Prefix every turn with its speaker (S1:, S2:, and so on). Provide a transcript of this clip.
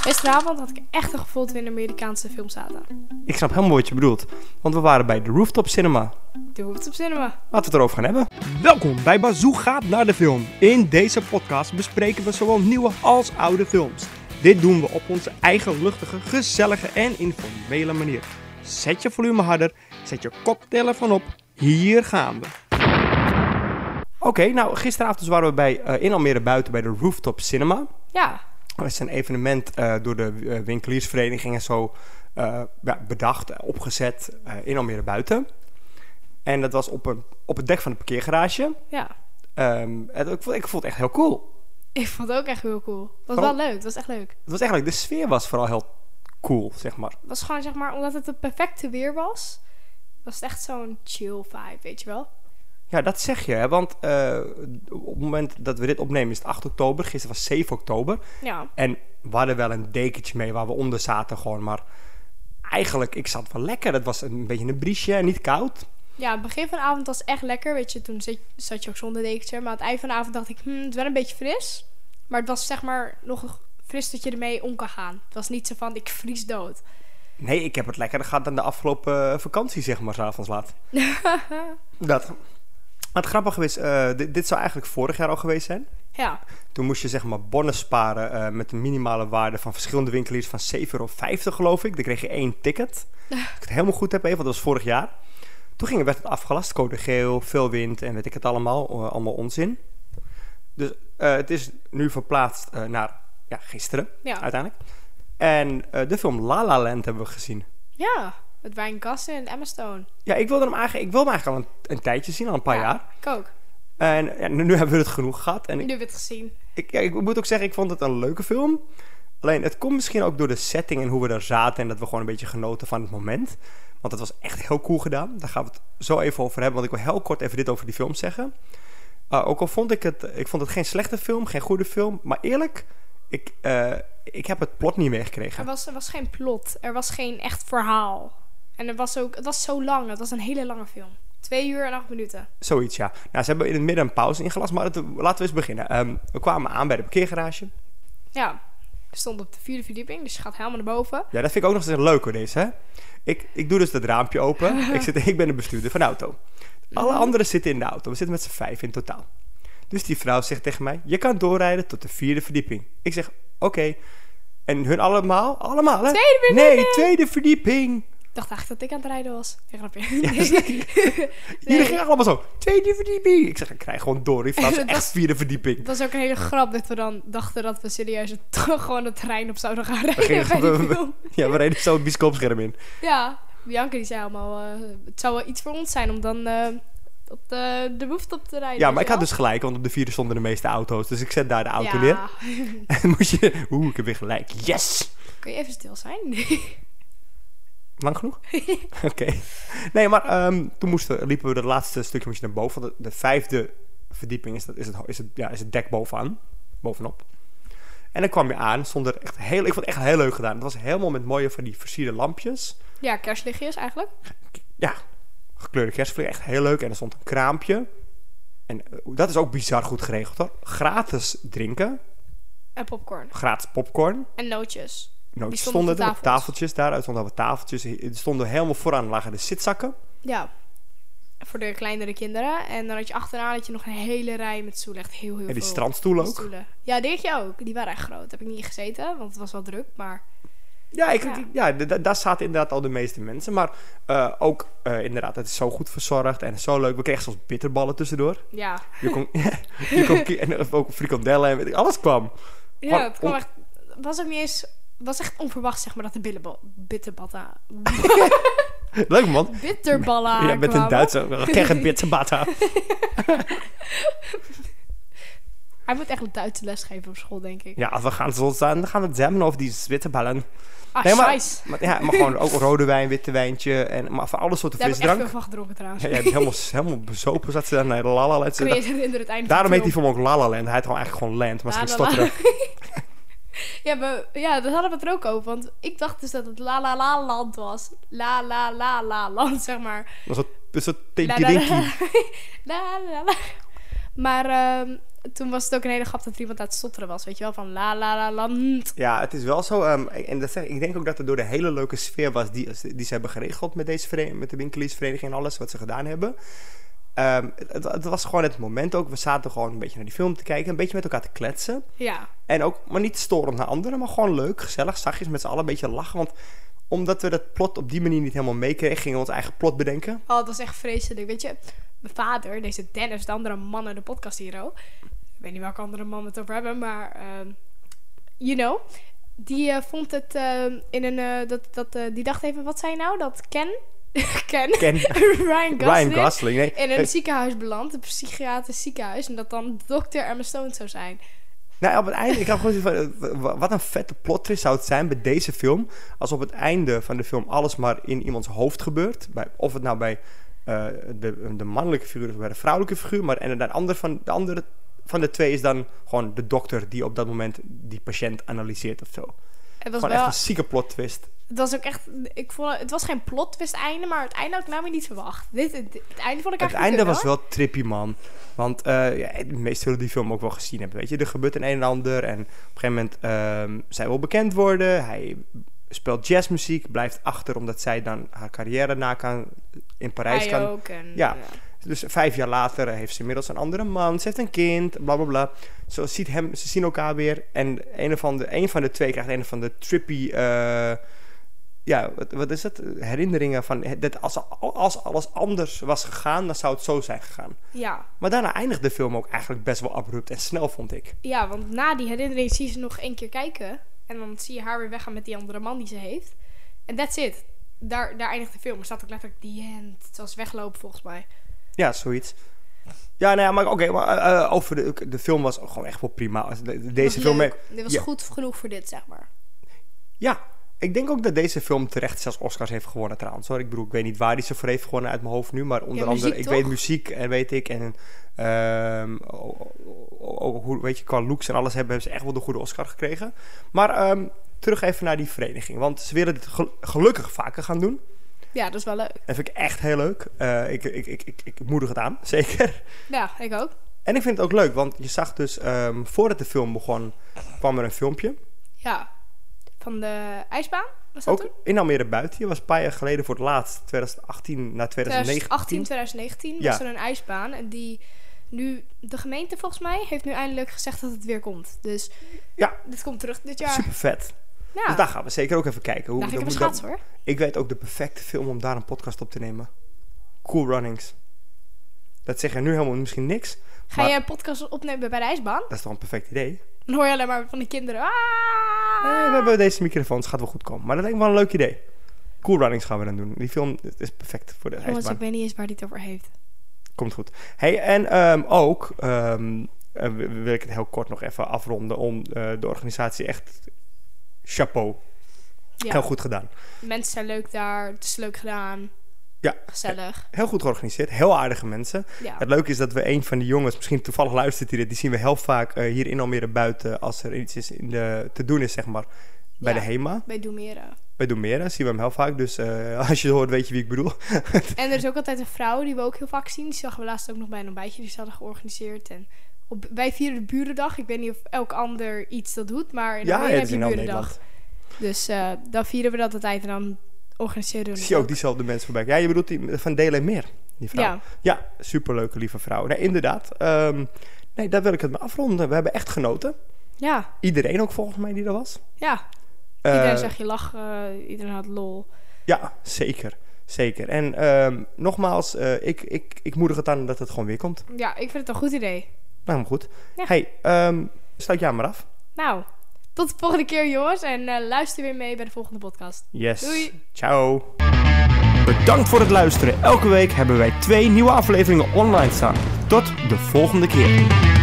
S1: Gisteravond had ik echt een gevoel dat we in een Amerikaanse film zaten.
S2: Ik snap helemaal wat je bedoelt, want we waren bij de Rooftop Cinema.
S1: Doe het op cinema.
S2: Laten we het erover gaan hebben. Welkom bij Bazoo gaat naar de film. In deze podcast bespreken we zowel nieuwe als oude films. Dit doen we op onze eigen luchtige, gezellige en informele manier. Zet je volume harder, zet je koptelefoon op. Hier gaan we. Oké, nou gisteravond dus waren we bij, eh, in Almere buiten bij de Rooftop Cinema.
S1: Ja,
S2: Dat is een evenement eh, door de eh, winkeliersvereniging en zo eh, ja, bedacht, eh, opgezet eh, in Almere buiten. En dat was op, een, op het dek van een parkeergarage.
S1: ja.
S2: Ehm, het, ik, vond, ik vond het echt heel cool.
S1: Ik vond het ook echt heel cool. Het was
S2: Waarom?
S1: wel leuk, het was echt leuk.
S2: Het was eigenlijk, de sfeer was vooral heel cool, zeg maar.
S1: Het was gewoon zeg maar, omdat het het perfecte weer was, was het echt zo'n chill vibe, weet je wel.
S2: Ja, dat zeg je, hè, want eh, op het moment dat we dit opnemen is het 8 oktober. Gisteren was 7 oktober.
S1: Ja,
S2: En we hadden wel een dekentje mee waar we onder zaten gewoon, maar... Eigenlijk, ik zat wel lekker. Het was een beetje een briesje, en niet koud.
S1: ja het begin van de avond was echt lekker, weet je. Toen zat, zat je ook zonder dekentje, maar aan het eind van de avond dacht ik, hmm, het is wel een beetje fris. Maar het was zeg maar nog fris dat je ermee om kan gaan. Het was niet zo van, ik vries dood.
S2: Nee, ik heb het lekkerder gehad dan de afgelopen eh, vakantie, zeg maar, s'avonds laat. dat. Maar het grappige is, eh, dit, dit zou eigenlijk vorig jaar al geweest zijn.
S1: Ja,
S2: Toen moest je zeg maar bonnen sparen eh, met een minimale waarde van verschillende winkeliers van 7,50 euro, geloof ik. Dan kreeg je één ticket. Als ik het helemaal goed heb even, want dat was vorig jaar. Toen ging, werd het afgelast, code geel, veel wind en weet ik het allemaal. eh, allemaal onzin. Dus eh, het is nu verplaatst eh, naar ja, gisteren,
S1: ja.
S2: uiteindelijk. En eh, de film La La Land hebben we gezien.
S1: Ja, met Ryan Gosling en Emma Stone.
S2: Ja, ik wilde hem eigenlijk, ik wilde hem eigenlijk al een, een tijdje zien, al een paar
S1: Ja.
S2: jaar.
S1: Ik ook.
S2: En ja, nu, nu hebben we het genoeg gehad. En
S1: Nu
S2: ik,
S1: heb ik het gezien.
S2: ik, ja, ik moet ook zeggen, ik vond het een leuke film. Alleen, het komt misschien ook door de setting en hoe we daar zaten. En dat we gewoon een beetje genoten van het moment. Want het was echt heel cool gedaan. Daar gaan we het zo even over hebben. Want ik wil heel kort even dit over die film zeggen. Ah, ook al vond ik het, ik vond het geen slechte film, geen goede film. Maar eerlijk, ik, eh, ik heb het plot niet meegekregen.
S1: Er was, er was geen plot. Er was geen echt verhaal. En er was ook, het was zo lang. Het was een hele lange film. Twee uur en acht minuten.
S2: Zoiets, ja. Nou, ze hebben in het midden een pauze ingelast, maar het- laten we eens beginnen. Ehm, we kwamen aan bij de parkeergarage.
S1: Ja, we stonden op de vierde verdieping, dus je gaat helemaal naar boven.
S2: Ja, dat vind ik ook nog steeds leuk hoor, deze. Hè? Ik, ik doe dus dat raampje open. ik, zit, ik ben de bestuurder van de auto. Alle
S1: Mhm.
S2: anderen zitten in de auto. We zitten met z'n vijf in totaal. Dus die vrouw zegt tegen mij, je kan doorrijden tot de vierde verdieping. Ik zeg, oké. En hun allemaal, allemaal hè?
S1: Tweede
S2: nee,
S1: verdieping!
S2: tweede verdieping.
S1: Ik dacht eigenlijk dat ik aan het rijden was. Nee, grapje.
S2: Jullie
S1: Nee.
S2: gingen allemaal zo, tweede verdieping. Ik zeg, ik krijg gewoon door. Die vrouw zegt,
S1: Dat
S2: echt vierde verdieping.
S1: Het was ook een hele grap dat we dan dachten dat we serieus het- gewoon het terrein op zouden gaan rijden
S2: gingen
S1: bij die
S2: gewoon-
S1: film.
S2: Ja, we reden zo het bioscoopscherm in.
S1: Ja, Bianca die zei allemaal, eh, het zou wel iets voor ons zijn om dan eh, op de, de rooftop te rijden.
S2: Ja, maar
S1: weet
S2: ik
S1: je
S2: had
S1: wel?
S2: dus gelijk, want op de vierde stonden de meeste auto's. Dus ik zet daar de auto
S1: ja.
S2: neer. En moest je... Oeh, ik heb weer gelijk. Yes!
S1: Kun je even stil zijn?
S2: Lang genoeg? Oké. Nee, maar ehm, toen moesten, liepen we dat laatste stukje moest je naar boven. want De, de vijfde verdieping is, dat, is, het, is, het, ja, is het dek bovenaan. Bovenop. En dan kwam je aan. Stond er echt heel, ik vond het echt heel leuk gedaan. Het was helemaal met mooie van die versierde lampjes.
S1: ja, kerstlichtjes eigenlijk.
S2: Ja, gekleurde kerstvlieg. Echt heel leuk. En er stond een kraampje. En eh, dat is ook bizar goed geregeld hoor. Gratis drinken.
S1: En popcorn.
S2: Gratis popcorn.
S1: En nootjes.
S2: Nou,
S1: Die
S2: die
S1: stonden
S2: stonden,
S1: op de
S2: er op
S1: tafels.
S2: tafeltjes daaruit, stonden er wat tafeltjes. Er stonden helemaal vooraan lagen de zitzakken.
S1: Ja. Voor de kleinere kinderen. En dan had je achteraan had je nog een hele rij met stoelen. Echt heel, heel
S2: En die
S1: veel
S2: strandstoelen ook.
S1: stoelen. Ja, die had je ook. Die waren echt groot. Heb ik niet gezeten, want het was wel druk. Maar
S2: Ja, ik,
S1: Ja.
S2: ik- ja. d- d- daar zaten inderdaad al de meeste mensen. Maar eh, ook eh, inderdaad, het is zo goed verzorgd en zo leuk. We kregen zelfs bitterballen tussendoor.
S1: ja.
S2: Je kon, je kon ki- en ook frikandellen en weet ik- alles kwam.
S1: Ja,
S2: Maar
S1: het kwam
S2: on-
S1: echt... het was ook niet eens... het was echt onverwacht, zeg maar, dat de billenbal... Bitterbatta...
S2: Leuk man.
S1: Bitterballen
S2: Ja, met een
S1: aankwamen.
S2: Duitse tegen bitterbatta.
S1: Hij moet echt een Duitse les geven op school, denk ik.
S2: Ja, als we gaan zo staan, dan gaan we het hebben over die bitterballen.
S1: Ah,
S2: Nee, maar-
S1: scheis.
S2: Maar, ja, maar gewoon ook rode wijn, witte wijntje en maar voor alle soorten
S1: Daar heb ik echt
S2: frisdrank.
S1: veel van gedronken, trouwens.
S2: Ja, jij hebt helemaal, helemaal bezopen zat ze daar naar de lala. Let ze-
S1: Kun je je herinneren het einde
S2: Daarom
S1: van
S2: heet
S1: de
S2: die
S1: film?
S2: film ook La La Land. Hij heet gewoon eigenlijk gewoon Land, maar ze
S1: La
S2: ging
S1: La La.
S2: stotteren.
S1: Ja, we, ja, daar hadden we het er ook over. Want ik dacht dus dat het La La La Land was. La La La La Land, zeg maar.
S2: Dus Dat is wat
S1: La La La. La La La. Maar ehm, toen was het ook een hele grap dat er iemand aan het stotteren was. Weet je wel, van la la la land.
S2: Ja, het is wel zo. ehm, en dat zeg, ik denk ook dat het door de hele leuke sfeer was die, die ze hebben geregeld met, deze vere- met de winkeliersvereniging en alles wat ze gedaan hebben. Ehm, het, het was gewoon het moment ook. We zaten gewoon een beetje naar die film te kijken, een beetje met elkaar te kletsen.
S1: Ja,
S2: En ook, maar niet storend naar anderen, maar gewoon leuk, gezellig, zachtjes met z'n allen een beetje lachen. Want omdat we dat plot op die manier niet helemaal meekregen, gingen we ons eigen plot bedenken.
S1: Oh, dat is echt vreselijk. Weet je, mijn vader, deze Dennis, de andere man in de podcast hero. Ik weet niet welke andere man we het over hebben, maar... ehm, you know. Die eh, vond het ehm, in een... eh, dat, dat, eh, die dacht even, wat zei je nou? Dat Ken... Ken...
S2: Ken
S1: Ryan Gosling...
S2: Ryan Gosling. Nee,
S1: in
S2: eh,
S1: een ziekenhuis belandt, een psychiatrisch ziekenhuis, en dat dan dokter Emma Stone zou zijn.
S2: Nou, op het einde, ik had gewoon zoiets van, eh, wa- wat een vette plot twist zou het zijn bij deze film, als op het einde van de film alles maar in iemands hoofd gebeurt, bij, of het nou bij eh, de, de mannelijke figuur is of bij de vrouwelijke figuur, maar en dan ander van, de andere van de twee is dan gewoon de dokter die op dat moment die patiënt analyseert of zo.
S1: Het was,
S2: Gewoon
S1: wel,
S2: echt een zieke plot twist.
S1: het was ook echt, ik vond, het was geen plot twist einde, maar het einde had ik namelijk niet verwacht. Dit, het, het einde vond ik eigenlijk
S2: Het einde
S1: kut,
S2: was wel trippy, man. Want eh, ja, de meesten zullen die film ook wel gezien hebben, weet je. Er gebeurt een en ander en op een gegeven moment ehm, zij wil bekend worden. Hij speelt jazzmuziek, blijft achter omdat zij dan haar carrière na kan in
S1: hoor.
S2: Parijs
S1: Hij
S2: kan.
S1: ook. En, eh,
S2: Ja. Dus vijf jaar later heeft ze inmiddels een andere man, ze heeft een kind, bla bla bla. Zo ziet hem, ze zien elkaar weer en een van de, een van de twee krijgt een van de trippy, eh, ja, wat, wat is het? Herinneringen van, he- dat als, als alles anders was gegaan, dan zou het zo zijn gegaan.
S1: ja.
S2: Maar daarna eindigt de film ook eigenlijk best wel abrupt en snel, vond ik.
S1: Ja, want na die herinnering zie je ze nog één keer kijken. En dan zie je haar weer weggaan met die andere man die ze heeft. En that's it. Daar, daar eindigt de film. Er staat ook letterlijk the end. Het was weglopen volgens mij.
S2: Ja, zoiets. Ja, nou ja, maar oké, maar eh, eh, over de, de film was gewoon echt wel prima. De-
S1: Het
S2: Deze
S1: was
S2: film,
S1: leuk. Dit was
S2: Ja.
S1: goed genoeg voor dit, zeg maar.
S2: Ja, ik denk ook dat deze film terecht zelfs Oscars heeft gewonnen trouwens. Hoor. Ik bedoel, ik weet niet waar hij ze voor heeft gewonnen uit mijn hoofd nu. Maar onder
S1: Ja, muziek,
S2: andere, ik
S1: toch?
S2: weet muziek en weet ik. En ehm, o- o- o- hoe, weet je, qua looks en alles hebben, hebben ze echt wel de goede Oscar gekregen. Maar ehm, terug even naar die vereniging. Want ze willen dit gel- gelukkig vaker gaan doen.
S1: Ja, dat is wel leuk.
S2: Dat vind ik echt heel leuk. Eh, ik, ik, ik, ik, ik moedig het aan, zeker.
S1: Ja, ik ook.
S2: En ik vind het ook leuk, want je zag dus ehm, voordat de film begon, kwam er een filmpje.
S1: Ja. Van de ijsbaan? Was dat
S2: Ook
S1: toen?
S2: in Almere buiten. Je was een paar jaar geleden voor het laatst, 2018 naar
S1: 2018, 2019
S2: 2019. Ja.
S1: was er een ijsbaan. En die nu... De gemeente volgens mij heeft nu eindelijk gezegd dat het weer komt. Dus
S2: Ja.
S1: dit komt terug dit jaar.
S2: Super vet.
S1: Ja,
S2: Dus daar gaan we zeker ook even kijken. Hoe,
S1: daar ga ik
S2: hoe
S1: even
S2: dat-
S1: schaatsen hoor.
S2: ik weet ook de perfecte film om daar een podcast op te nemen. Cool Runnings. Dat zeggen nu helemaal misschien niks.
S1: Ga
S2: Maar-
S1: je een podcast opnemen bij de ijsbaan?
S2: Dat is toch een perfect idee?
S1: Dan hoor je alleen maar van die kinderen. "Ah!"
S2: Eh, we hebben deze microfoons, gaat wel goed komen. Maar dat lijkt me wel een leuk idee. Cool Runnings gaan we dan doen. Die film is perfect voor de
S1: Jongens, ik
S2: ijsbaan.
S1: weet niet eens waar die Oh, het over heeft.
S2: Komt goed. Hey, en ehm, ook ehm, eh, wil- wil ik het heel kort nog even afronden om eh, de organisatie echt chapeau.
S1: Ja.
S2: Heel goed gedaan.
S1: Mensen zijn leuk daar. Het is leuk gedaan.
S2: Ja.
S1: Gezellig.
S2: Heel goed georganiseerd. Heel aardige mensen.
S1: Ja.
S2: Het leuke is dat we een van die jongens, misschien toevallig luistert hij dit, die zien we heel vaak eh, hier in Almere buiten als er iets is in de, te doen is, zeg maar, bij
S1: Ja.
S2: de HEMA.
S1: Bij Doemeren.
S2: Bij Doemera zien we hem heel vaak, dus eh, als je het hoort weet je wie ik bedoel.
S1: En er is ook altijd een vrouw die we ook heel vaak zien. Die zagen we laatst ook nog bij een ontbijtje. Die ze hadden georganiseerd. En op, wij vieren de burendag. Ik weet niet of elk ander iets dat doet. Maar in Almere
S2: het
S1: heb je burendag. Dus eh, dan vieren we dat altijd. En dan organiseren we
S2: Zie je ook diezelfde mensen voorbij. Ja, je bedoelt die van Delen Meer, die vrouw.
S1: Ja.
S2: Ja, superleuke lieve vrouw. Nee, inderdaad. Ehm, nee, daar wil ik het mee afronden. We hebben echt genoten.
S1: Ja.
S2: Iedereen ook volgens mij die er was.
S1: Ja.
S2: Eh,
S1: Iedereen zag je lachen. Iedereen had lol.
S2: Ja, zeker. Zeker. En ehm, nogmaals, eh, ik, ik, ik moedig het aan dat het gewoon weer komt.
S1: Ja, ik vind het een goed idee.
S2: Nou, maar goed.
S1: Ja.
S2: Hey, ehm sluit jij maar af.
S1: Nou, tot de volgende keer, jongens. En eh, luister weer mee bij de volgende podcast.
S2: Yes.
S1: Doei.
S2: Ciao. Bedankt voor het luisteren. Elke week hebben wij twee nieuwe afleveringen online staan. Tot de volgende keer.